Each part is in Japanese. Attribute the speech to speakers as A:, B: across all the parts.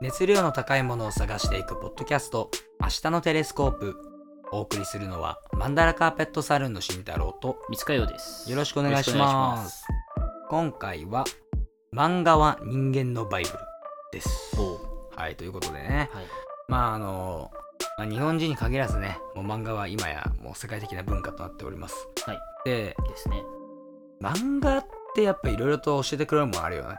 A: 熱量の高いものを探していくポッドキャスト明日のテレスコープお送りするのはマンダラカーペットサルーンの慎太郎と
B: 三塚洋です。
A: よろしくお願いします今回は漫画は人間のバイブルです
B: よろしくお願いします。
A: はいということでね
B: おはい。
A: まああの、まあ日本人に限らずねもう漫画は今やもう世界的な文化となっております
B: はい
A: で
B: ですね。
A: 漫画ってやっぱいろいろと教えてくれるもんあるよねっ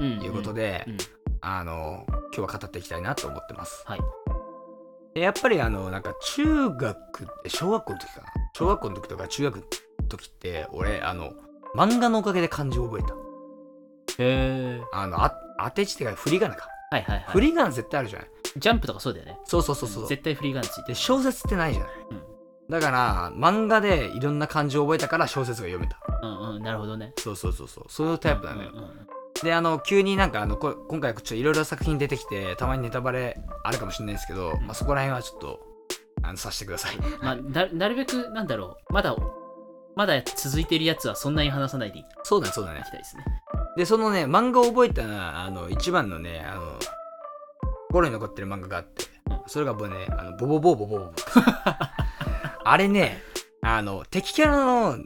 B: うん、
A: ていうことで、
B: うん。うん
A: あの今日は語っていきたいなと思ってます
B: はい。
A: でやっぱりあのなんか中学え小学校の時かな小学校の時とか中学の時って俺あの漫画のおかげで漢字を覚えた
B: へー
A: あのあ当て字ってか振り仮名か、
B: はいはい
A: 振
B: はい。
A: り仮名絶対あるじゃない
B: ジャンプとかそうだよね。
A: そうそうそうそう、
B: ん絶対フリーガンついて
A: で
B: る。
A: 小説ってないじゃない、
B: うん
A: だから漫画でいろんな漢字を覚えたから小説が読めた
B: うんうん。なるほどね。
A: そうそうそうそうそういうタイプなのよ、
B: うんうんうん
A: であの急になんかあのこ今回ちょっといろいろ作品出てきてたまにネタバレあるかもしれないですけど、
B: ん
A: まあ、そこら辺はちょっとあのさしてください
B: まあ、ななるべく、なんだろう。まだ、まだ続いてるやつは そんなに話さないでいき
A: そうだねそうだね
B: たいですね。
A: でそのね漫画を覚えたあの一番のねあの心に残ってる漫画があって
B: うん
A: それが僕ねあのボボボボボボ ボあれねあの敵キャラの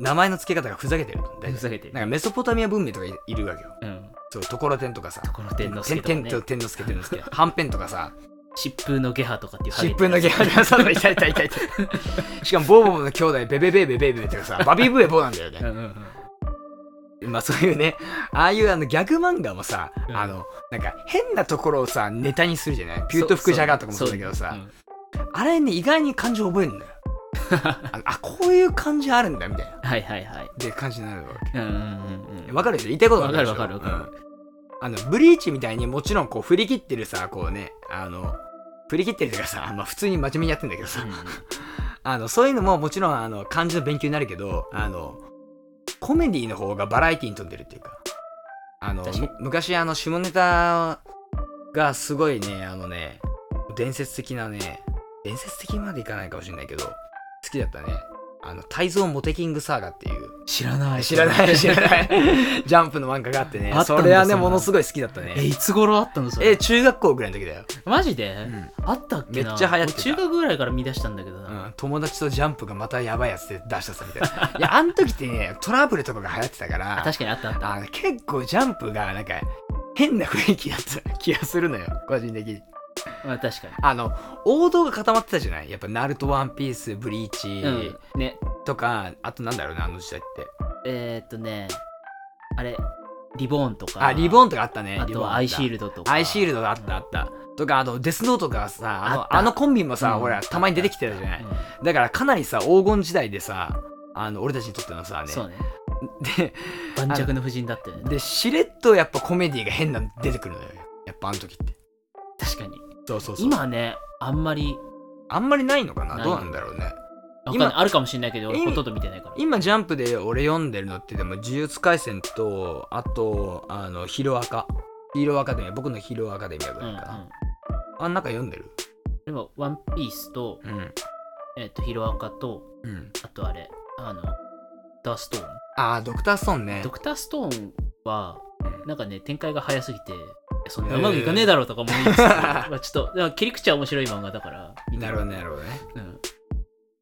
A: 名前の付け方がふざけてる大
B: ふざ
A: 体
B: けてる。
A: なんかメソポタミア文明とかいいるわけよ
B: うん。
A: そうところてんとかさ
B: ところてんのす
A: て
B: け
A: んてん
B: とかね。
A: と天之助天之 助はんぺんとかさ
B: 疾風のゲハとかっていうハゲ
A: 疾風
B: てるや
A: の
B: つ。
A: ゲハラさんのいたいたいたいたしかもボーボーの兄弟ベベベベベベベとかさバビブエボーなんだよね
B: うんうんうん。
A: まあそういうね、ああいうあのギャグ漫画もさ、
B: うん
A: あの、なんか変なところをさ、ネタにするじゃないピュートフクジャガーとかもそうだけどさ、
B: うん
A: あれね、意外に漢字覚えるんだよ。ああ、こういう漢字あるんだ、みたいな。
B: はいはいはい。
A: で、感じになるわ
B: うんうんうんう
A: け。
B: ん。
A: わかるでしょ言いたいこと
B: わかるわかるわ
A: わ
B: かる。
A: あの、ブリーチみたいにもちろんこう振り切ってるさ、こうね、あの、振り切ってるというかさ、まあ普通に真面目にやってんだけどさ、あの、そういうのももちろんあの、漢字の勉強になるけど、あの、コメディの方がバラエティに富んでるっていうか、あの、
B: 確かに
A: む昔あの、下ネタがすごいね、あのね、伝説的なね、伝説的までいかないかもしれないけど、好きだったね。あの、泰造モテキングサーガっていう、
B: 知らない。
A: 知らない知らない。ジャンプの漫画があってね
B: あ、ったん
A: そ
B: だ
A: れはね、
B: そんな
A: ものすごい好きだった
B: え、
A: ね。
B: いつ頃あったのそれ
A: え、。中学校ぐらいの時だよ。
B: マジで、あったっけな
A: めっちゃ流行ってた
B: 俺中学ぐらいから見出したんだけどな。
A: うん、友達とジャンプがまたやばいやつで出したさみたいな。いや、あの時ってね、トラブルとかが流行ってたから、
B: あ確かにあったあった。
A: あの結構ジャンプがなんか変な雰囲気だった気がするのよ、 個人的に。
B: まあ、確かに。
A: あの、王道が固まってたじゃないやっぱ、ナルト、ワンピース、ブリーチ
B: うん。ね、
A: とか、あとなんだろうな、あの時代って。
B: えー、っとね、あれ、リボーンとか。
A: あ、リボー
B: ン
A: ンとかあったね。
B: あ
A: リボ
B: と
A: ーン
B: アイシー
A: ル
B: ルドと
A: ド
B: か。
A: アイシールドあったあった。とか、あの、デスノートがさ、あ
B: あっ
A: の
B: た
A: あのコンビもさ、
B: うん
A: ほら、たまに出てきてたじゃない、
B: う
A: だからかなりさ、黄金時代でさ、あの、俺たちにとってのさ、
B: ん
A: ね、
B: そうね。
A: で、
B: 盤石の夫人だったよね。
A: で、しれっとやっぱコメディが変なの出てくるのよ。やっぱあの時って。
B: 確かに。
A: そうそうそう。
B: 今はね、あんまり、
A: あんまりないのかな
B: ない
A: どうなんだろうね。
B: わかん
A: 今
B: ないあるかもしれないけど、俺
A: 今
B: ほとんど見てないから。
A: 今、ジャンプで俺読んでるのって、でも、呪術廻戦と、あと、あの、ヒロアカ。ヒーローアカデミア、僕のヒーローアカデミアぐ
B: うん
A: ら
B: う
A: いかな。
B: ん、
A: あん中読んでる
B: でも、ワンピースと、
A: うん。
B: えーっと、ヒロアカと、
A: うん。
B: あとあれ、あの、ダーストーン。
A: あー、ドクターストーンね
B: ド。クターストーンは
A: う、
B: なんかね、展開が早すぎて、そん
A: へ
B: な
A: ー
B: うまくいかねえだろうとか思い つつ、まあちょっと、なんか切り口は面白い漫画だから、
A: なるほどね、なるほどね。
B: うん、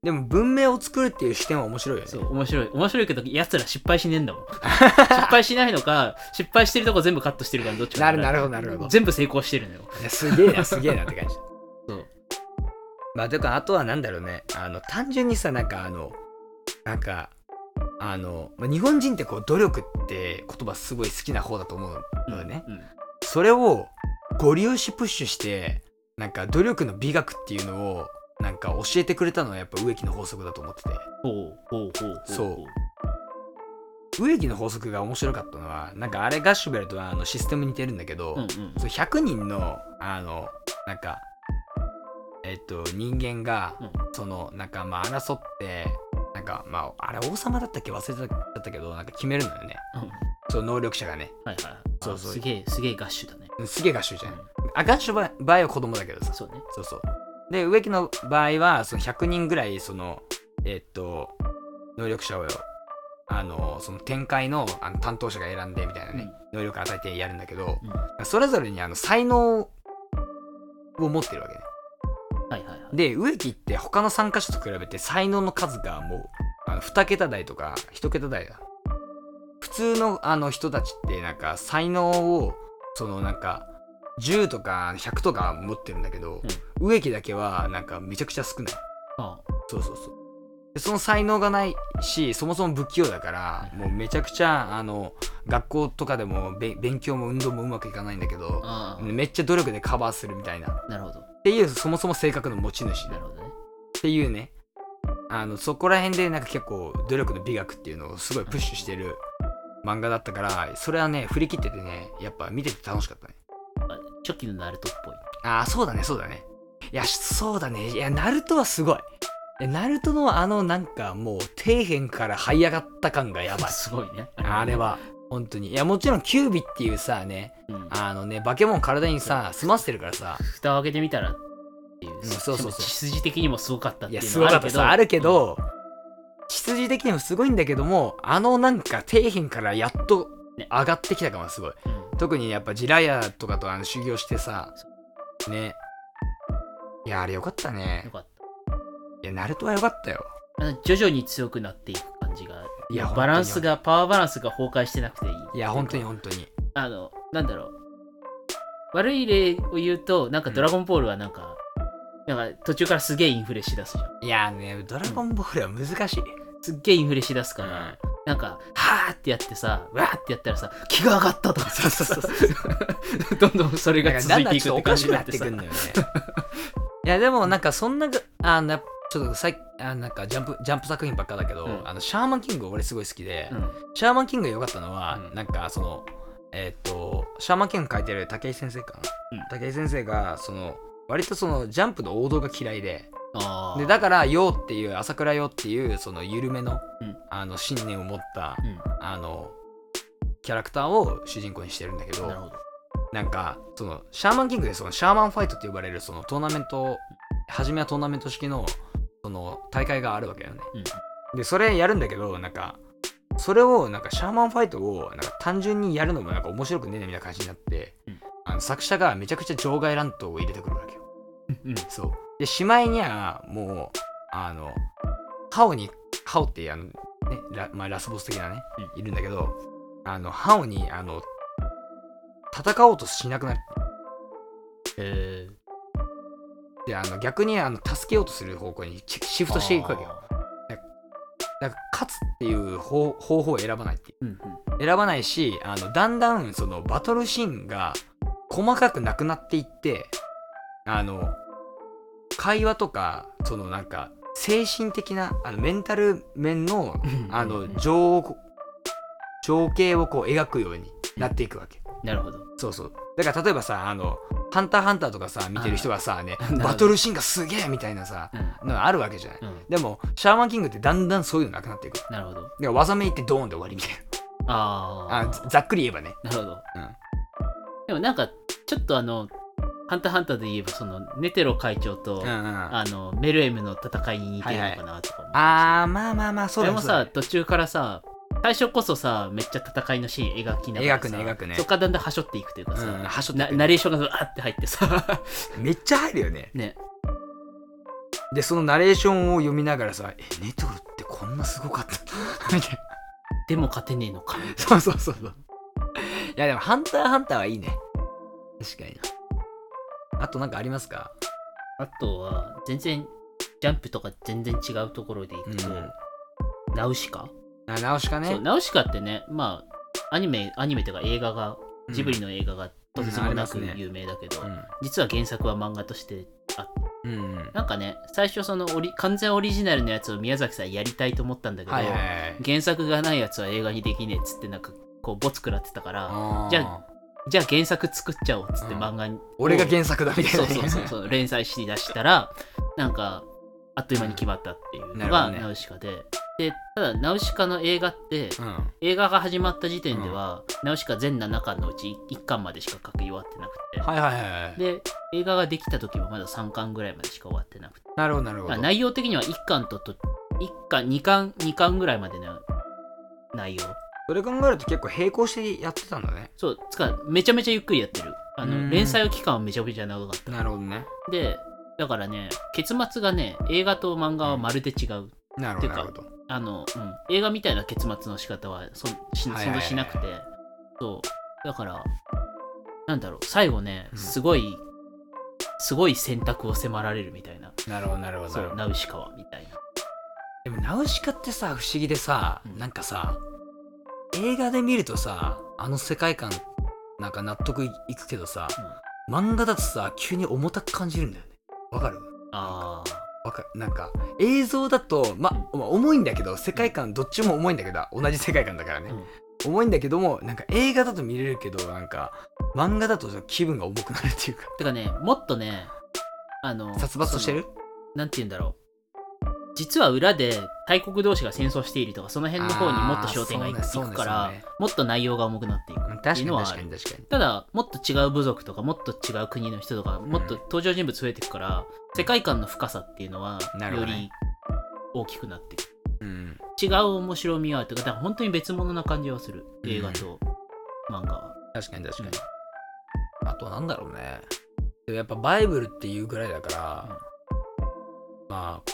A: でも、文明を作るっていう視点は面白いよね。
B: そう、面白い。面白いけど、奴ら失敗しねえん だもん。失敗しないのか、失敗してるとこ全部カットしてるから、どっちか
A: な
B: わか
A: る
B: ん
A: ないるほど、なるほど。
B: 全部成功してるのよ。
A: いや すげえな、すげえなって感じ。
B: そう。
A: まあ、てか、あとはなんだろうね。あの、単純にさ、なんかあの、なんか、あの、まあ、日本人ってこう、努力って言葉すごい好きな方だと思うのよね。
B: うん。
A: それをゴリ押しプッシュしてなんか努力の美学っていうのをなんか教えてくれたのはやっぱ植木の法則だと思ってて
B: ほうほうほうほう。
A: そう植木の法則が面白かったのはなんかあれガッシュベルとはあのシステムに似てるんだけど、
B: うんうん。
A: そう100人のあのなんかえっと人間が、
B: うん
A: そのなんかまあ争ってなんかまああれ王様だったっけ忘れちゃったけどなんか決めるのよね
B: うんはい
A: そう能力者がね
B: はいはい。
A: そうそう
B: あすげえ、すげえガッシュだね。
A: すげえガッシュじ
B: う
A: ゃん、
B: ん
A: あガッシュば場合は子供だけどさ
B: そうね。
A: そうそう。で、植木の場合は、その100人ぐらい、その、えっと、能力者を、あのその展開のあの担当者が選んでみたいなね、能力を与えてやるんだけど、それぞれにあの才能を持ってるわけね
B: はいはいはい。
A: で植木って他の参加者と比べて才能の数がもうあの2桁台とか1桁台だ普通のあの人たちってなんか才能をそのなんか10とか100とか持ってるんだけど、植木だけはなんかめちゃくちゃ少ない
B: あ
A: そうそうそうでその才能がないしそもそも不器用だからもうめちゃくちゃあの学校とかでもべ勉強も運動もうまくいかないんだけど
B: ああ
A: めっちゃ努力でカバーするみたいなっ
B: あ、なるほど。
A: ていうそもそも性格の持ち主
B: なるほどね。
A: っていうねあのそこら辺でなんか結構努力の美学っていうのをすごいプッシュしてる漫画だったからそれはね振り切っててねやっぱ見てて楽しかったね
B: 初期のナルトっぽい。
A: ああそうだねそうだねいやそうだねいやナルトはすごいいやナルトのあのなんかもう底辺から這い上がった感がやばい
B: すごいね。
A: あれ。は本当にいやもちろんキュービっていうさね
B: うん。
A: あのね化け物体にさ済ませてるからさ
B: 蓋を開けてみたらっていう。
A: んそうそうそう
B: 血筋的にもすごかったっ
A: い
B: てい
A: や、
B: う
A: すご
B: のは
A: か
B: ある
A: った
B: け
A: そう
B: ど。
A: あるけど、血筋的にもすごいんだけども、あのなんか底辺からやっと
B: ね
A: 上がってきた感はすごい。
B: うん。うん
A: 特にやっぱジラヤとかとあの修行してさ、ね。いや、あれよかったね
B: よ。かった。
A: いや、ナルトはよかったよ。
B: あの徐々に強くなっていく感じが
A: いや
B: バランスがパワーバランスが崩壊してなくていい
A: いや、本当に本当に。
B: あのなんだろう悪い例を言うとなんか「ドラゴンボール」はなんか、なんか途中からすげえインフレしだすじゃん
A: いやね、ドラゴンボールは難しい。
B: すっげえインフレしだすから、
A: うん
B: なんか「はーってやってさわーってやったらさ気が上がったとかさ どんどんそれ
A: だか
B: が
A: らだん
B: 続い
A: だん
B: てい
A: ち
B: く
A: ょっとお
B: って
A: か
B: 感
A: し
B: じ
A: く
B: に
A: な
B: な
A: っ
B: ってて
A: く
B: さ
A: んのよね。いやでもなんかそんなあなちょっとさいあなんかジャンプジャンプ作品ばっかだけど、
B: うん
A: あのシャーマンキング俺すごい好きで、
B: うん
A: シャーマンキングが良かったのは、
B: うん
A: なんかそのえーっとシャーマンキング書いてる武井先生かな、
B: うん
A: 武井先生がその割とそのジャンプの王道が嫌いで
B: あ
A: で
B: ー
A: だから「よ」っていう朝倉よっていうその緩めの,、
B: うん
A: あの信念を持った
B: うん
A: あのキャラクターを主人公にしてるんだけど
B: なるほど
A: なんかそのシャーマンキングでそのシャーマンファイトって呼ばれるそのトーナメント初めはトーナメント式のその大会があるわけよね
B: うん
A: でそれやるんだけどなんかそれをなんかシャーマンファイトをなんか単純にやるのもなんか面白くねえなみたいな感じになって、
B: うん
A: あの作者がめちゃくちゃ場外乱闘を入れてくるわけよ
B: うん
A: そうでしまいにはもうあのハオにハオっていうあの、ねラまあ、ラスボス的なね、いるんだけどあのハオにあの戦おうとしなくなっ
B: へー
A: てあの逆にあの助けようとする方向にシシフトしていくわけよ
B: あー
A: だから勝つっていう方方法を選ばないっていう
B: うんうん
A: 選ばないしあのだんだんそのバトルシーンが細かくなくなっていってあの会話とかそのなんか精神的なあのメンタル面のあ
B: うんう
A: の
B: ん
A: 情情景をこう描くようになっていくわけ。
B: なるほど
A: そうそうだから例えばさ「あのハンターハンター」とかさ見てる人はさね
B: なるほど
A: バトルシーンがすげえみたいなさ
B: うん
A: のがあるわけじゃない。
B: うん
A: でもシャーマンキングってだんだんそういうのなくなっていく。だか
B: なるほど
A: ら技名いってドーンで終わりみたい
B: あ
A: な。
B: あ
A: あざざっくり言えばね。
B: なるほど。
A: うん
B: でもなんか、ちょっとあの、ハンターハンターで言えば、その、ネテロ会長
A: うん
B: と、
A: うんうん
B: あの、メルエムの戦いに似てるのかなとか思って、
A: あーまあまあまあそう
B: で
A: だ
B: も
A: そうだ
B: さ、途中からさ、最初こそさ、めっちゃ戦いのシーン描きながら
A: 描く
B: さ。
A: ね描くね
B: そっからだんだんはしょっていくというかさ、
A: うんはしょってい
B: な
A: く
B: ナレーションがあって入ってさ、
A: めっちゃ入るよね
B: ね、
A: でそのナレーションを読みながらさ「えネトルってこんなすごかった」 みたいな
B: でも勝てねえのか。
A: そうそうそうそういやでも「ハンターハンター」はいいね確かになあとなんかありますか
B: あとは、全然、ジャンプとか全然違うところでいくと、
A: うん
B: ナウシカ、
A: あ直しかね
B: そう、ナウシカってね、まあ、アニメ、アニメというか映画が
A: うん
B: ジブリの映画がとてつもなく
A: うんありますね
B: 有名だけど、
A: うん
B: 実は原作は漫画として
A: うんうん
B: なんかね最初そのオリ完全オリジナルのやつを宮崎さんやりたいと思ったんだけど、
A: はいはいはい
B: 原作がないやつは映画にできねえっつってなんかこうボツ食らってたから
A: あー
B: じゃあじゃあ原作作っちゃおうっつって漫画に、
A: 俺が原作だみたい
B: そ
A: な
B: うそうそうそう連載しだしたらなんかあっという間に決まったっていう
A: な
B: の
A: るほど
B: が
A: ね
B: ナウシカで、でただナウシカの映画って
A: うん
B: 映画が始まった時点では、ナウシカ全7巻のうち1巻までしか書き終わってなくて、
A: はいはいはいはい
B: で映画ができた時もまだ3巻ぐらいまでしか終わってなくて
A: なるほどなるほ
B: まあ
A: ど
B: 内容的には1巻とと1巻2巻2巻ぐらいまでの内容
A: それ考えると結構並行してやってたんだね
B: そうつかめちゃめちゃゆっくりやってるあ
A: う
B: の
A: ん
B: 連載期間はめちゃくちゃ長かっ
A: なるほどね
B: たでだからね結末がね映画と漫画はまるで違う、
A: なるほど
B: て
A: な
B: か
A: るほど
B: あの、うん、映画みたいな結末の仕方はそし
A: はいはい
B: 存
A: はい
B: 在しなくて、そうだからなんだろう最後ね
A: うん
B: すごい、すごい選択を迫られるみたいな
A: なるほどなるほどな
B: そ
A: るほ
B: う
A: ど
B: ナウシカはみたいな
A: でもナウシカってさ不思議でさ、
B: うん
A: なんかさ映画で見るとさあの世界観なんか納得いくけどさ、漫画だとさ急に重たく感じるんだよねわかる
B: あー
A: わかなんか映像だとままあ重いんだけど世界観どっちも重いんだけど同じ世界観だからね、重いんだけどもなんか映画だと見れるけどなんか漫画だと気分が重くなるっていうか
B: てかねもっとねあの
A: 殺伐としてる
B: そのなんて言うんだろう実は裏で大国同士が戦争しているとかその辺の方にもっと焦点がい
A: あーそうね
B: いくから、
A: そうねそう
B: もっと内容が重くなっていく
A: うん確
B: っ
A: か
B: てい
A: に
B: うのはあ
A: 確
B: る
A: かに確かに
B: ただもっと違う部族とかもっと違う国の人とかもっと登場人物増えていくから、世界観の深さっていうのは
A: なるほ
B: よ
A: どね
B: り大きくなっていく
A: うん
B: 違う面白みがあるというかだから本当に別物な感じはする映画と漫画は、
A: 確かに確かに、あとなんだろうねでもやっぱバイブルっていうぐらいだから、まあ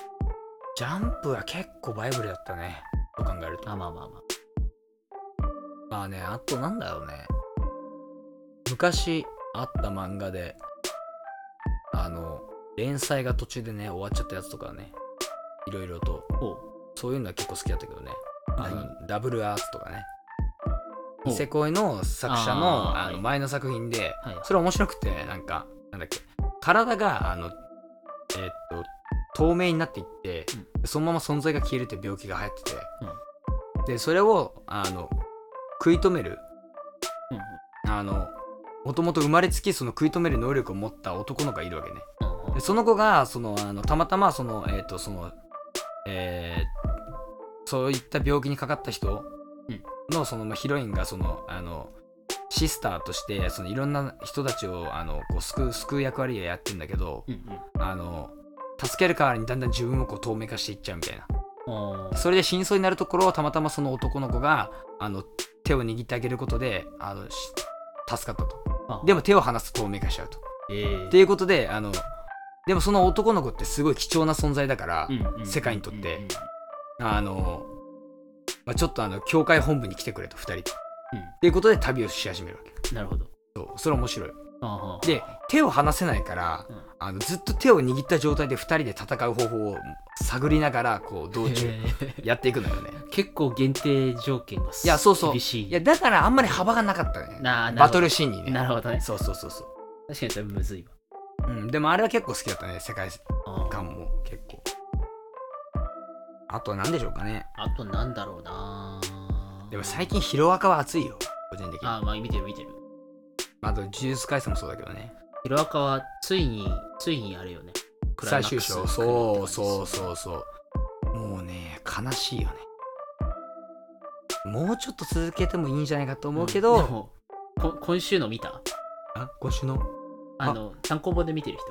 A: ジャンプは結構バイブルだったねと考えると
B: あまあまあまあ
A: まあねあとなんだろうね昔あった漫画であの連載が途中でね終わっちゃったやつとかねいろいろと
B: ほう
A: そういうのは結構好きだったけどねあ
B: 何
A: のダブルアースとかね
B: ほう
A: ニセ恋の作者の
B: あー
A: あの前の作品で、
B: はい
A: それ面白くてなんかなんだっけ体があのえーっと透明になっていって、そのまま存在が消えるって病気が流行ってて、でそれをあの食い止める
B: うんうん
A: あのもともと生まれつきその食い止める能力を持った男の子がいるわけね
B: うんうん
A: でその子がそのあのたまたまそのえっ、とそのえーそういった病気にかかった人
B: うん
A: のそのまあヒロインがそのあのシスターとしてそのいろんな人たちをあのこう救う救う役割をやってんだけど
B: うんうん
A: あの助ける代わりにだんだん自分をこう透明化していっちゃうみたいな
B: あー
A: それで真相になるところをたまたまその男の子があの手を握ってあげることであのし助かったと
B: あ
A: でも手を離すと透明化しちゃうと
B: えー
A: っていうことであのでもその男の子ってすごい貴重な存在だから、
B: うんうん
A: 世界にとって
B: うんうん
A: あの、まあ、ちょっとあの教会本部に来てくれと2人でっ
B: うん
A: ていうことで旅をし始めるわけ
B: なるほど
A: そうそれ面白い
B: あー
A: で手を離せないから、
B: うん
A: あのずっと手を握った状態で2人で戦う方法を探りながらこう道中
B: へー
A: やっていくのよね
B: 結構限定条件がす
A: いやそうそう
B: 厳しい
A: いやだからあんまり幅がなかったね
B: なあなるほど
A: バトルシーンにね
B: なるほどね
A: そうそうそうそ
B: 確かにそれむずいわ
A: う、うん、でもあれは結構好きだったね世界
B: あー
A: 観も結構あとは何でしょうかね
B: あとなんだろうな
A: でも最近ヒロアカは熱いよ個人的に
B: あ
A: あ
B: ーまあ見てる見てる
A: と呪術廻戦もそうだけどね
B: ヒロアカはついについにあれよねクライ
A: 最終
B: マックス
A: 章そうそう
B: う
A: そうそうもうね悲しいよねもうちょっと続けてもいいんじゃないかと思うけど、
B: でもこ今週の見た
A: あ今週の
B: あの単行本で見てる人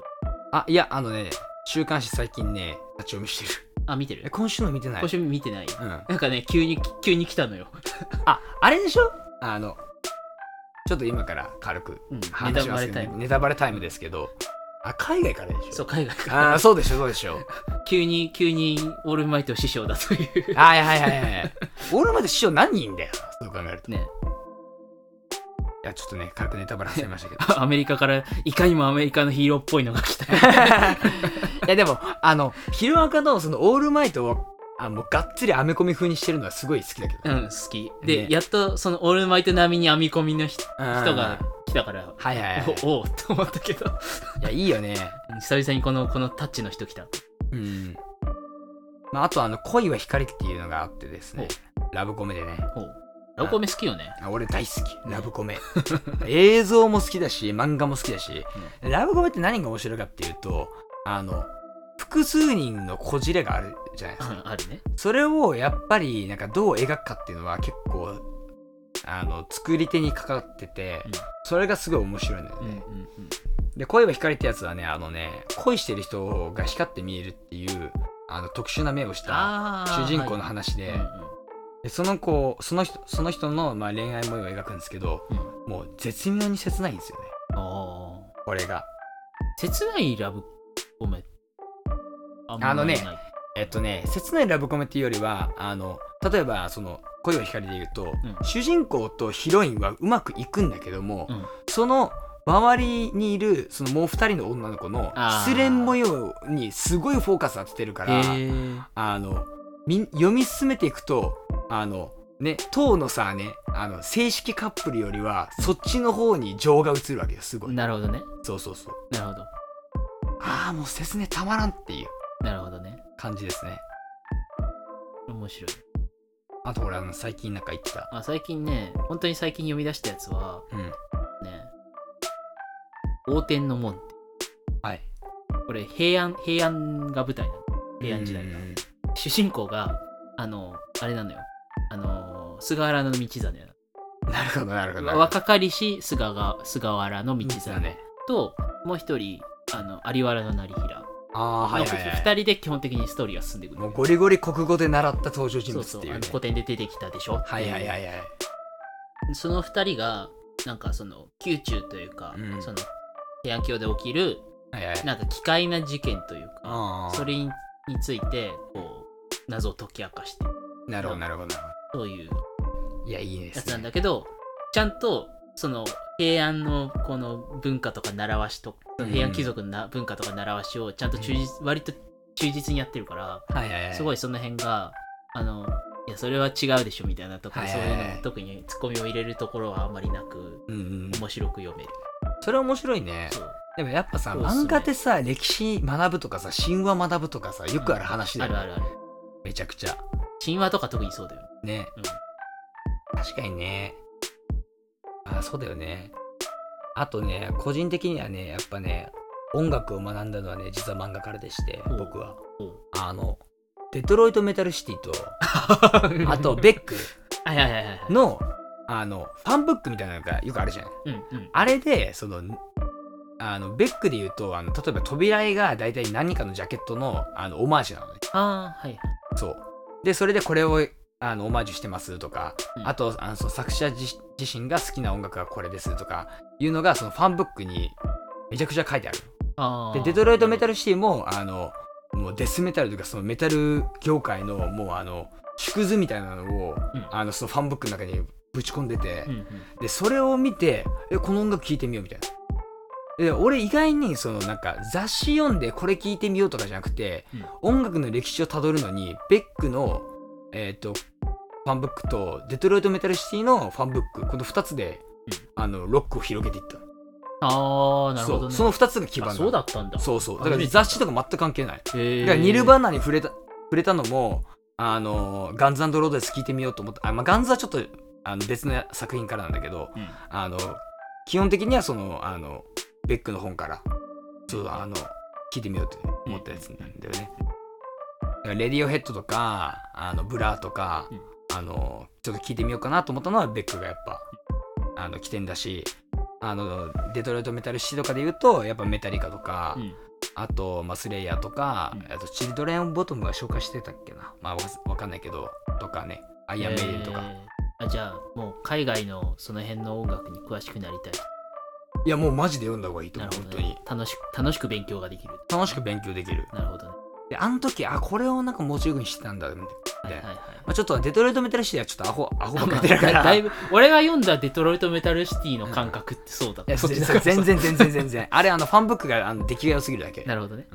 A: あいやあのね週刊誌最近ね立ち読みしてる
B: あ見て
A: え
B: る
A: 今週の見てない
B: 今週見てない
A: うん、
B: なんかね急に急に来たのよ、
A: ああれでしょあのちょっと今から軽く
B: うん、ネ
A: 話
B: タ
A: し
B: バ
A: ます
B: レ
A: け
B: タイ
A: ど
B: ム
A: ネタバレタイムですけどあ海外からでしょ
B: そう海外から
A: あーそうでしょそうでしょ
B: 急に急にオールマイト師匠だ という
A: はいはいはいはい。俺まで師匠何人いんだよ。そう考えると。い
B: ね
A: や、ちょっとね、軽くネタバラしちゃいましたけど。
B: アメリカからいかにもアメリカのヒーローっぽいのが来た
A: いや、でも、あの、ヒロアカのそのオールマイトを、あもうがっつりアメコミ風にしてるのはすごい好きだけど。
B: うん好きで、
A: ね
B: やっとそのオールマイト並みに編み込みの人
A: うん
B: 人が来たから、
A: はいはいはい。
B: おおうと思ったけど
A: いや、いいよね。
B: 久々にこのこのタッチの人来た
A: うん。まあ、あと、あの、恋は光っていうのがあってですね。ラブコメでね。
B: おうラブコメ好きよね
A: あ俺大好き。ラブコメ。映像も好きだし、漫画も好きだし、ラブコメって何が面白いかっていうと、あの、複数人のこじれがあるじゃないですか。
B: うんあるね
A: それをやっぱりなんかどう描くかっていうのは結構あの作り手にかかってて、
B: うん
A: それがすごい面白いんだよ
B: うんうん
A: ね、
B: うん
A: で恋は光ってやつはねあのね恋してる人が光って見えるっていうあの特殊な目をした
B: あー
A: 主人公の話
B: は
A: で、
B: いうんうん
A: でその子その人その人のまあ恋愛模様を描くんですけど
B: うん
A: もう絶妙に切ないんですよね
B: ああ
A: これが
B: 切ないラブコメあんま
A: あのね
B: ない
A: えっとね切ないラブコメっていうよりはあの例えばその「恋は光」で言うと、
B: ん
A: 主人公とヒロインはうまくいくんだけども、
B: うん
A: その周りにいるそのもう2人の女の子の
B: あー
A: 失恋模様にすごいフォーカス当ててるから
B: へえ
A: あのみん読み進めていくとあのね当のさねあの正式カップルよりはそっちの方に情が移るわけよすごい
B: なるほどね
A: そうそうそう
B: なるほど
A: ああもう切ねたまらんっていう
B: なるほどね
A: 感じですね
B: 面白い
A: あと俺あの最近なんか言ってた
B: あ最近ね本当に最近読み出したやつは
A: うん
B: ね王天の門って
A: はい
B: これ平安平安が舞台なの平安時代
A: うん
B: が
A: うんうん
B: 主人公があのあれなのよあの菅原道真なのよ
A: なるほどなるほど
B: 若かりし菅が菅原道真、
A: ね
B: ともう一人あの有原の成平
A: ああーはいはい、は
B: 2人で基本的にストーリーが進んでいく
A: い、
B: の
A: もうゴリゴリ国語で習った登場人
B: そう
A: 物
B: そ
A: っ
B: う
A: てい
B: あ
A: う,、
B: の
A: ね、
B: 古典で出てきたでしょ
A: はいはいはいいはい
B: その2人がなんかその宮中というか、
A: うん
B: その平安京で起きる
A: はいはい
B: なんか奇怪な事件というか
A: あ
B: それについてこう謎を解き明かして
A: あなるほどなるほどなる
B: そういう
A: ほどいやいいで
B: やつ
A: す
B: なん
A: ね
B: だけどちゃんとその平安のこの文化とか習わしと
A: うん
B: 平安貴族のな文化とか習わしをちゃんと忠実、割と忠実にやってるから
A: はいはいはい
B: すご
A: い
B: いその辺があのいやそれは違うでしょみたいなとか、
A: はい
B: そういうの
A: はい
B: も特にツッコミを入れるところはあんまりなく
A: うんうん
B: 面白く読める、
A: それは面白いね
B: そう
A: でもやっぱさ
B: そうっすね
A: 漫画ってさ歴史学ぶとかさ神話学ぶとかさよくある話だ
B: あ
A: よね
B: るあるある
A: めちゃくちゃ
B: 神話とか特にそうだよ
A: ね、確かにねあそうだよねあとね個人的にはねやっぱね音楽を学んだのはね実は漫画からでして
B: おう
A: 僕は
B: おう
A: あのデトロイト・メタル・シティと あとベック
B: はいはいはいはいはい
A: のあのファンブックみたいなのがよくあるじゃない
B: うんうん
A: あれでそのあのベックで言うとあの例えば扉絵が大体何かのジャケットのあのオマージュなのね
B: あーはいはい
A: そうでそれでこれをあのオマージュしてますとか、
B: うん
A: あとあのその作者自自身が好きな音楽がこれですとかいうのがそのファンブックにめちゃくちゃ書いてある
B: あ
A: でデトロイト・メタ
B: ル
A: ル・シティもあのもうデスメタルというかそのメタル業界のもうあの縮図みたいなのを
B: うん
A: あのそのファンブックの中にぶち込んでて、
B: うんうん
A: でそれを見てえこの音楽聴いてみようみたいな。で俺意外にそのなんか雑誌読んでこれ聴いてみようとかじゃなくて、音楽の歴史をたどるのにベックの、えー、とファンブックとデトロイト・メタル・シティのファンブックこの2つで、あのロックを広げていった、
B: ああなる
A: そ
B: ほど
A: う
B: ね
A: その2つが基
B: あ
A: 盤
B: そうだったんだ
A: そうそうだ
B: 初
A: から
B: めて知った
A: 雑誌とか全く関係ない
B: へ
A: だ
B: え
A: からニルバーナに触れた触れたのもあのガンズロードで聞いてみようと思ったあ、まあ、ガンズはちょっとあの別の作品からなんだけど
B: うん
A: あの基本的にはそのあのベックの本からそうあの聞いてみようって思ったやつなんだよね。だからレディオヘッドとかあのブラーとか、
B: うん
A: あのちょっと聞いてみようかなと思ったのはベックがやっぱあの起点だしあのデトロイト・メタル・シティとかで言うとやっぱメタリカとか、
B: うん
A: あと、まあ、スレイヤーとか、
B: うん
A: あとチルドレン・ボトムが紹介してたっけな、まあ、わわかんないけどとかねアイアン・メイデンとか、
B: えーあじゃあもう海外のその辺の音楽に詳しくなりたい
A: いやもうマジで読んだ方がいいと
B: な
A: 思う、
B: るほ
A: 本
B: ど、
A: 当に
B: ね、楽し楽しく勉強ができる
A: 楽しく勉強できる
B: なるほどね
A: であの時あこれをなんかモチーフにしてたんだみたい
B: はい
A: な、
B: はいはい
A: まあ、ちょっとデトロイト・メタルシティはちょっとアホアホばっか
B: まあ
A: りだから
B: だいぶ俺が読んだデトロイト・メタル・シティの感覚ってそうだ
A: い
B: った、
A: や
B: そっちだから
A: 全然全然全然あれあのファンブックがあの出来が良すぎるだけ、うん、
B: なるほどね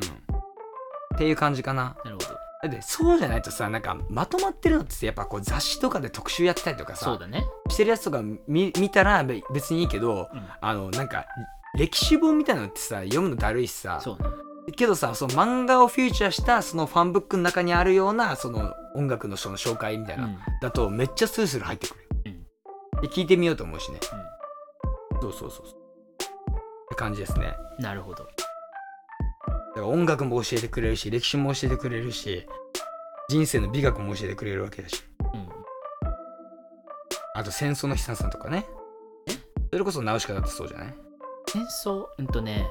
A: っていう感じかな
B: なるほど
A: だってそうじゃないとさなんかまとまってるのってやっぱこう雑誌とかで特集やってたりとかさ
B: そうだね
A: してるやつとか見見たらべ別にいいけど、
B: うん
A: あのなんか歴史本みたいなのってさ読むのだるいしさ
B: そうね
A: けどさその漫画をフューチャーしたそのファンブックの中にあるようなその音楽のその紹介みたいな、
B: うん
A: だとめっちゃスルスル入ってくる、で聞いてみようと思うしね、そうそうそうそうって感じですねだか
B: なるほど
A: ら音楽も教えてくれるし歴史も教えてくれるし人生の美学も教えてくれるわけだし
B: うん
A: あと戦争の悲惨さとかねそれこそナウシカだってそうじゃない
B: 戦争うんとね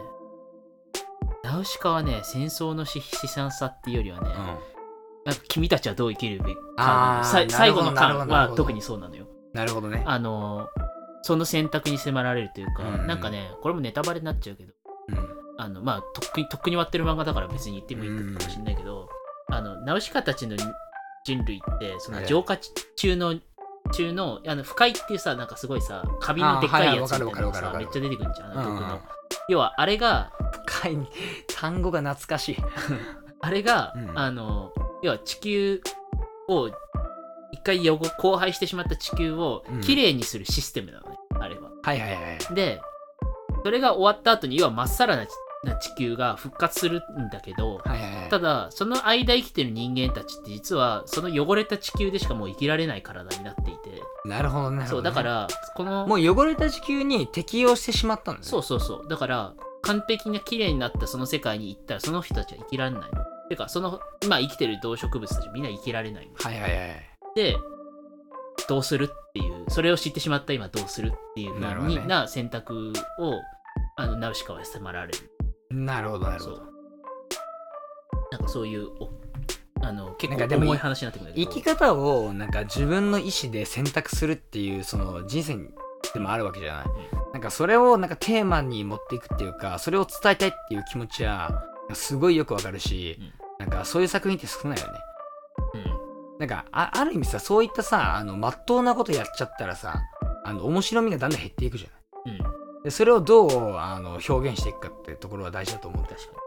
B: ナウシカはね戦争のし悲惨さっていうよりはね、
A: うん
B: なんか君たちはどう生きるべき
A: あ
B: か
A: ー
B: さい最後の
A: なるほど
B: 巻
A: なるほ
B: は
A: ど
B: 特にそうなのよ
A: なるほどね
B: あのその選択に迫られるというか、
A: うんうん
B: なんかねこれもネタバレになっちゃうけど
A: うん
B: あのまあとっくにとっくに終わってる漫画だから別に言ってもいいかもしれないけど、あのナウシカたちの人類ってそ
A: は
B: の
A: い
B: 浄化中の中のあの不快っていうさなんかすごいさカビのでっ
A: あー
B: か
A: はい
B: い
A: はい
B: やつみたいなの
A: わかる
B: が
A: わ
B: さ
A: か
B: め
A: る
B: っ
A: わか
B: ちゃ出てくるじゃんあの曲
A: うんうんう
B: の
A: ん
B: 要はあれが
A: 深い単語が懐かしい
B: あれが、
A: うん
B: あの要は地球を一回汚荒廃してしまった地球を
A: うん
B: きれいにするシステムなのね、あれは。
A: はいはいはいはい
B: でそれが終わった後に要はまっさらな地な地球が復活するんだけど
A: はいはいはい
B: ただその間生きてる人間たちって実はその汚れた地球でしかもう生きられない体になっていて
A: なるほどねなる
B: そ
A: ほどね
B: うだからこの
A: もう汚れた地球に適応してしまったんだね
B: そうそうそうだから完璧な綺麗になったその世界に行ったらその人たちは生きられないてかその今生きてる動植物たちみんな生きられない
A: はいはいはい
B: でどうするっていうそれを知ってしまった今どうするっていうふう
A: なるほど
B: に
A: ね
B: な選択をあのナウシカは迫られる
A: なるほどなるほ
B: そ
A: ど
B: うなんかそういうおあの結
A: なんかで
B: 構
A: も
B: 重い話になってくるんだけ
A: 生
B: ど
A: き方をなんか自分の意思で選択するっていうその人生でもあるわけじゃない、なんかそれをなんかテーマに持っていくっていうかそれを伝えたいっていう気持ちはすごいよくわかるし、
B: うん
A: なんかそういう作品って少ないよね
B: うん
A: なんかあある意味さそういったさあの真っ当なことやっちゃったらさあの面白みがだんだん減っていくじゃない
B: うん
A: でそれをどうあの表現していくかってところは大事だと思うんだ
B: 確か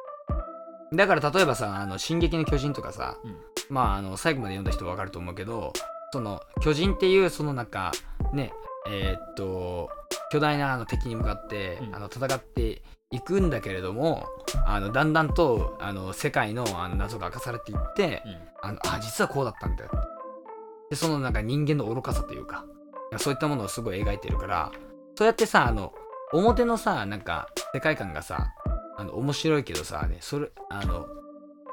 A: だから例えばさ「あの進撃の巨人」とかさ、
B: うん
A: まああの最後まで読んだ人は分かると思うけどその巨人っていうそのなんかねえーっと巨大なあの敵に向かって、
B: うん
A: あの戦っていくんだけれどもあのだんだんとあの世界のあの謎が明かされていって、
B: に
A: あのあ実はこうだったんだよでそのなんか人間の愚かさというかそういったものをすごい描いてるからそうやってさあの表のさなんか世界観がさあの面白いけどさ、ね、それあの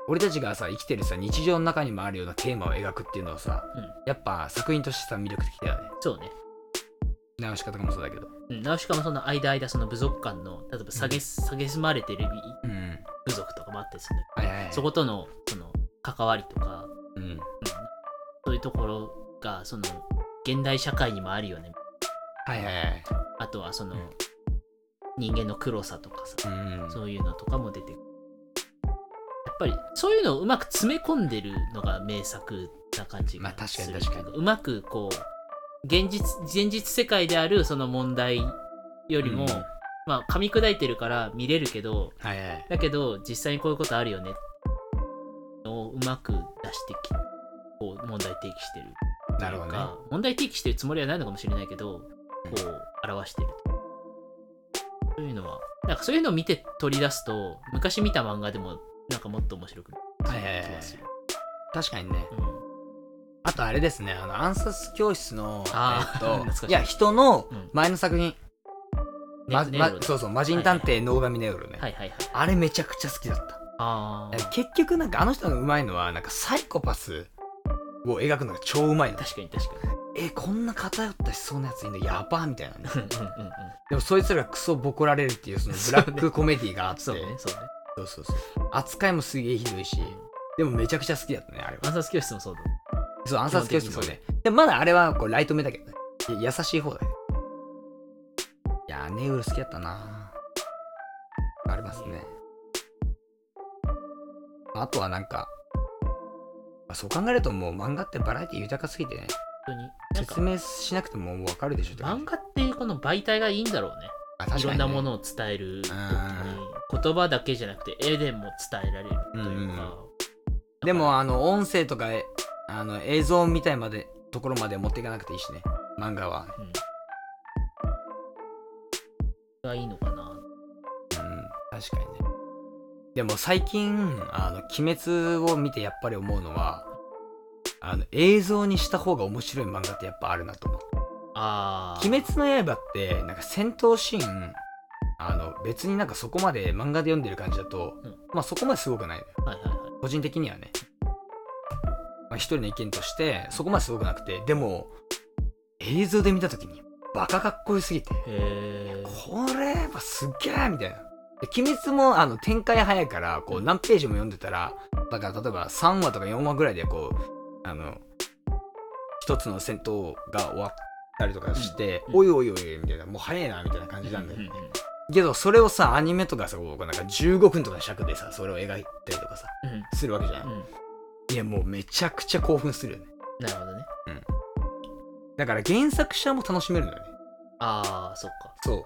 A: 俺たちがさ生きてるさ日常の中にもあるようなテーマを描くっていうのはさ、
B: うん
A: やっぱ作品としてさ魅力的だよね
B: うんそうね
A: 直し方もそうだけど
B: うんナウシカもその間間その部族間の例えば蔑蔑まれてる
A: うん
B: 部族とかもあったりするんだ
A: は
B: け
A: いはいは
B: ど
A: い
B: そことのその関わりとか
A: うん
B: そういうところがその現代社会にもあるよね
A: はいはいはい
B: あとはその、
A: うん
B: 人間の黒さとかさ、
A: うん
B: そういうのとかも出てくるやっぱりそういうのをうまく詰め込んでるのが名作な感じ
A: ま
B: が
A: あ確かに
B: する
A: 確かに
B: うまくこう現実現実世界であるその問題よりも、
A: うん
B: まあ噛み砕いてるから見れるけど
A: はいはい
B: だけど実際にこういうことあるよねのをうまく出してきこう問題提起してる
A: なるほどね
B: なんか問題提起してるつもりはないのかもしれないけど、
A: うん
B: こう表してるとそういうのはなんかそういうのを見て取り出すと昔見た漫画でもなんかもっと面白くなる
A: はいはいはい
B: 気がする、
A: 確かにね
B: うん
A: あとあれですね、あの暗殺教室の、
B: あー
A: えっ
B: 懐かしい
A: と、いや、人の
B: うん
A: 前の作品、
B: ね
A: ま
B: ね
A: ま
B: ね
A: そうそう、魔人探偵能神ネオロね、
B: はいはいはい
A: あれめちゃくちゃ好きだった。
B: ああ
A: 結局なんかあの人がうまいのは、なんかサイコパスを描くのが超うまいの。
B: 確かに 確か
A: え、こんな偏った思想のやついんのやばーみたいなね、
B: にうんうんうん
A: でもそいつらがクソボコられるっていうそのブラックコメディがあって、
B: そうねそうね
A: そうそうそう扱いもすげえひどいし、でもめちゃくちゃ好きだったね、あれは。
B: 暗殺教室もそうだ
A: そう、暗殺教室も
B: 基本
A: ね。で、まだあれはこうライト目だけどね。い優しい方だね。いやー、ネウル好きだったなありますね。あとはなんか、あそう考えるともう漫画ってバラエティ豊かすぎてね、
B: 本当になんか
A: 説明しなくてももうわかるでしょって感
B: 漫
A: じ
B: 画っていうこの媒体がいいんだろうね
A: あ確かに
B: いろんなものを伝える時に言葉だけじゃなくて絵でも伝えられると
A: う
B: いう
A: んうん
B: か、
A: でも、あの、音声とか、えあの、映像みたいまで、ところまで持っていかなくていいしね。漫画は。
B: うん、がいいのかな
A: うん、確かにね。でも最近、あの、鬼滅を見てやっぱり思うのは、あの、映像にした方が面白い漫画ってやっぱあるなと思う。
B: あー
A: 鬼滅の刃って、なんか戦闘シーン、あの、別になんかそこまで漫画で読んでる感じだと、
B: うん
A: まあそこまですごくないのよ。
B: はいはいはい
A: 個人的にはね。まあ一人の意見として、そこまですごくなくて、でも、映像で見た時に、バカかっこよすぎて、
B: へえ
A: これはすっげえみたいな。で鬼滅もあの展開早いからこう何ページも読んでたらだから例えば3話とか4話ぐらいでこうあの一つの戦闘が終わったりとかして、
B: うんうん
A: おいおいおいみたいなもう早いなみたいな感じなんだよ、
B: うんうん
A: けどそれをさアニメとかさこうなんか15分とか尺でさそれを描いたりとかさ
B: うん
A: するわけじゃん、
B: うん
A: いやもうめちゃくちゃ興奮するよね
B: なるほどね
A: だから原作者も楽しめるのよね
B: ああそっか
A: そう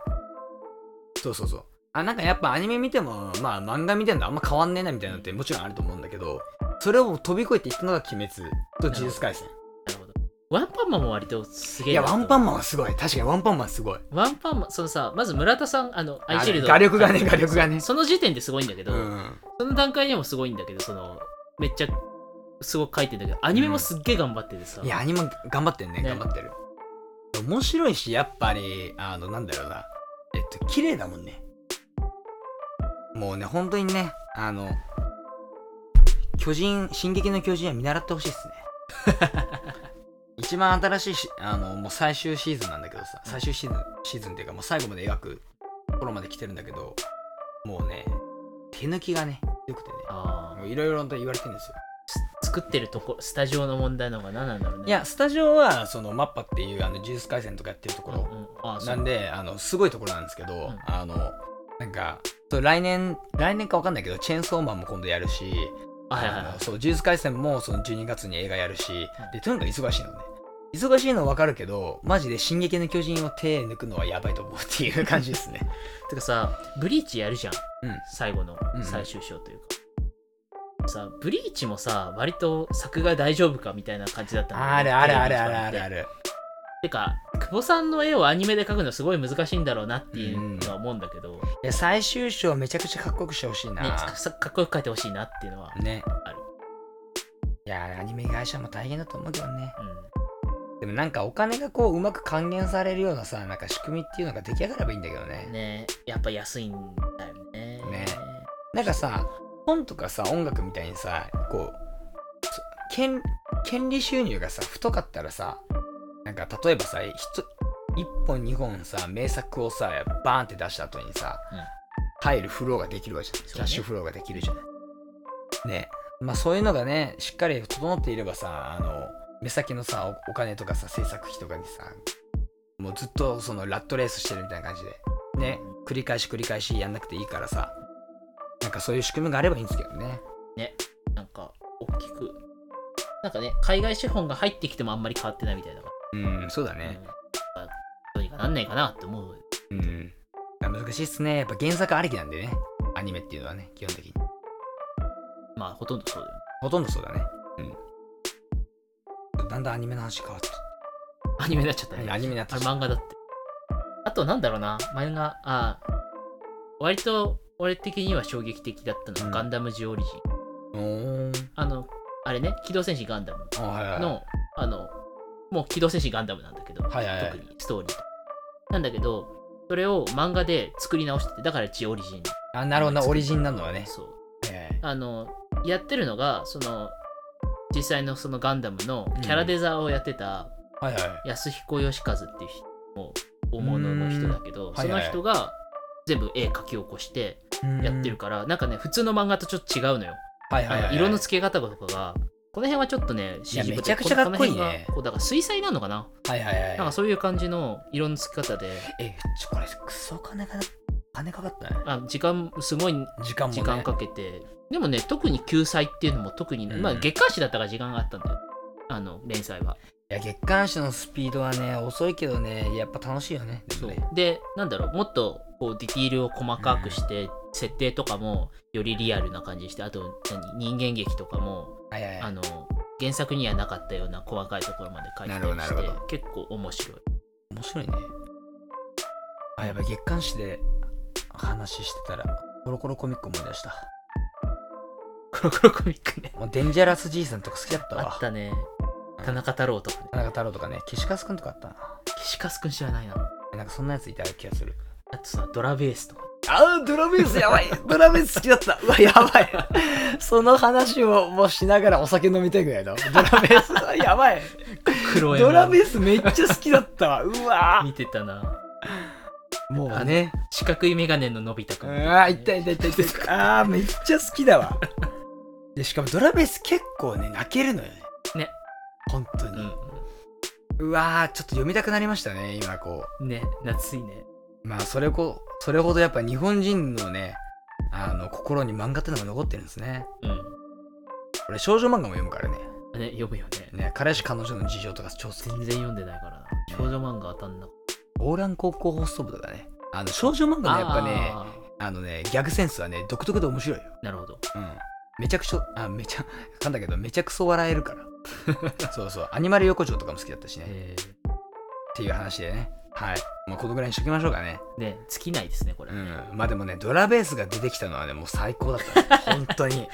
A: そうそうそうあなんかやっぱアニメ見てもまあ漫画見てんのあんま変わんねえなみたいなのってもちろんあると思うんだけどそれを飛び越えていったのが「鬼滅」と「呪術廻戦
B: なるほどワンパンマンも割とす」げ
A: い
B: え
A: や
B: なと
A: ワ
B: 思う
A: ンパンマンはすごい確かにワンパンマンすごい
B: ワンパンマンそのさまず村田さんあのアイシールド
A: あれ画力がね画力がね
B: その時点ですごいんだけど、
A: うん
B: その段階でもすごいんだけどそのめっちゃすごく書いてんだけどアニメもすっげえ頑張っててさ、
A: いやアニメ頑張ってんね
B: ね
A: 頑張ってる面白いしやっぱりあのなんだろうなえっと綺麗だもんねもうね本当にねあの巨人進撃の巨人は見習ってほしいですね一番新しいしあのもう最終シーズンなんだけどさ最終シーズンシーズンっていうかもう最後まで描くところまで来てるんだけどもうね手抜きがね良くてね
B: あ
A: も
B: ー
A: ういろいろと言われてるんですよ
B: 作ってるとこスタジオの問題の方が何なんだろうね
A: いやスタジオはそのマッパっていうあのジュース回線とかやってるとこ
B: うんう
A: ろ
B: んあーそ
A: な
B: うん
A: であのすごいところなんですけど、
B: ん
A: あのなんかそう来年来年か分かんないけどチェーンソーマンも今度やるし
B: あはいはい
A: あ
B: は
A: の
B: い
A: そうジュース回線もその12月に映画やるしでとにかく忙しいのね忙しいの分かるけどマジで「進撃の巨人」を手抜くのはやばいと思うっていう感じですね
B: てかさブリーチやるじゃん、
A: うん
B: 最後の
A: うん
B: 最終章というか、さブリーチもさ割と作画大丈夫かみたいな感じだったんだよね
A: あるあるあるあるあるあ
B: テレビの時間って
A: る
B: てか久保さんの絵をアニメで描くのすごい難しいんだろうなっていうのは思うんだけど、
A: いや最終章めちゃくちゃかっこよくしてほしい
B: ね、
A: な
B: かさかっこよく描いてほしいなっていうのは、
A: ね
B: ある
A: いやアニメ会社も大変だと思うけどね
B: うん
A: でもなんかお金がこううまく還元されるようなさなんか仕組みっていうのが出来上がればいいんだけどね
B: ねやっぱ安いんだよね
A: ねなんかさ本とかさ音楽みたいにさこうそ権権利収入がさ太かったらさなんか例えばさひと1本2本さ名作をさバーンって出した後にさ、
B: うん
A: 入るフローができるわけじゃない
B: そ
A: キ
B: うね
A: ャッシュフローができるじゃないねまあそういうのがねしっかり整っていればさあの目先のさおお金とかさ制作費とかにさもうずっとそのラットレースしてるみたいな感じでね繰り返し繰り返しやんなくていいからさなんかそういう仕組みがあればいいんですけどね
B: なんか大きくなんかね海外資本が入ってきてもあんまり変わってないみたいだか
A: うんそうだ
B: ら、
A: ね
B: うんまあどうにかなんないかなって思う
A: うん難しいっすねやっぱ原作ありきなんでねアニメっていうのはね基本的に
B: まあほとんどそうだよね
A: ほとんどそうだねうんだんだんアニメの話変わって
B: アニメになっちゃったね
A: アニメになって
B: あれ
A: きた
B: 漫画だってあとなんだろうな漫画あ割と俺的には衝撃的だったのは、
A: うん
B: ガンダムジオリジン
A: おー
B: あのあれね機動戦士ガンダム
A: あはいはい
B: の、あの、もう機動戦士ガンダムなんだけど、
A: はいはいはい
B: 特にストーリーとかなんだけど、それを漫画で作り直してて、だからジオリジン。
A: あなるほどなオリジンなのはね
B: そう。
A: ええ
B: あの、やってるのが、その、実際のそのガンダムのキャラデザをやってた
A: はいはい
B: 安彦義和っていう人も大物の人だけど、
A: ん
B: そ
A: はいは
B: の
A: い
B: 人が全部絵描き起こしてやってるから、なんかね、普通の漫画とちょっと違うのよ。
A: はいはい
B: あ
A: は
B: の
A: い
B: 色の付け方とかが、この辺はちょっとね、CG
A: めちゃくちゃかっこいいね
B: この辺がこうだから水彩なのかな
A: はいはいはい
B: なんかそういう感じの色の付き方で、
A: えちょこれクソ金かな金かかったね
B: あ時間すごい
A: 時間もね
B: 時間かけて、でもね特に救済っていうのも特に、
A: うん
B: まあ月刊誌だったから時間があったんだよあの連載はい
A: や月刊誌のスピードはね遅いけどねやっぱ楽しいよねでも
B: そう
A: ね
B: でなんだろうもっとこうディティールを細かくして、設定とかもよりリアルな感じにしてあと何人間劇とかも、
A: はいはいは
B: あ
A: い
B: の原作にはなかったような細かいところまで書いてたり
A: な
B: し
A: るほどなる
B: て
A: ほど
B: 結構面白い
A: 面白いねあやっぱ月刊誌で話してたらコロコロコミック思い出した
B: コロコロコミックね
A: もうデンジャラスじいさんとか好きだったわ
B: あったね
A: うん
B: 田中太郎とかね
A: 田中太郎とかね岸和くんとかあったな
B: 岸和君知らないな
A: なんかそんなやついた気がする
B: あとさドラベースとか
A: あードラベースやばい ドラベース好きだったうわやばい その話をもうしながらお酒飲みたいぐらいだドラベースやばい
B: 黒山
A: ドラベースめっちゃ好きだったわうわー
B: 見てたな
A: もうね
B: 四角いメガネののび太くん。
A: ああいったいったいったいったああめっちゃ好きだわ でしかもドラベース結構ね泣けるのよね
B: ね
A: 本当に、うわーちょっと読みたくなりましたね今こ
B: うん。ね、夏いね。
A: うまあそれこそれほどやっぱ日本人のねあの心に漫画ってのが残ってるんですね
B: う
A: 俺少女漫画も読むからね
B: ん。ね、読むよね。
A: ね彼氏彼女の事情とか超好き
B: 全然読んでないからな。少女漫画当たんなかっ
A: オーラン高校放送部とかねあの少女漫画
B: た
A: のやっぱね
B: あ
A: あのねギャグセンスはね独特で面白いよ
B: ーなるほど。
A: うんめちゃくちゃあめちゃ噛んだけどめちゃくそ笑えるから そうそうアニマル横丁とかも好きだったしね、っ
B: え
A: ていう話でねはい、まあ、このぐらいにしときましょうかね
B: ーね、尽きないですね、これ。
A: うんまあでもねドラベースが出てきたのはねもう最高だ ったね本当に、はい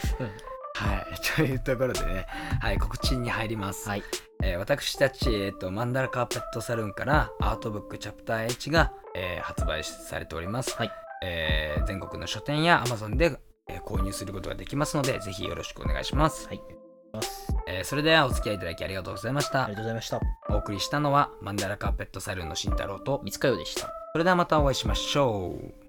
A: というところでねはい告知に入ります、
B: はい。
A: えー私たち、えー、とマンダラカーペットサルーンからアートブックチャプター H が、えー発売されております、
B: はい
A: えー全国の書店や Amazon で、えー購入することができますのでぜひよろしくお願いします、
B: はい。
A: えーそれではお付き合いいただきありがとうございまし
B: あ
A: た
B: りがとうございました。
A: お送りしたのはマンダラカーペットサルーンの慎太郎と
B: 三つかよでした。
A: それではまたお会いしましょう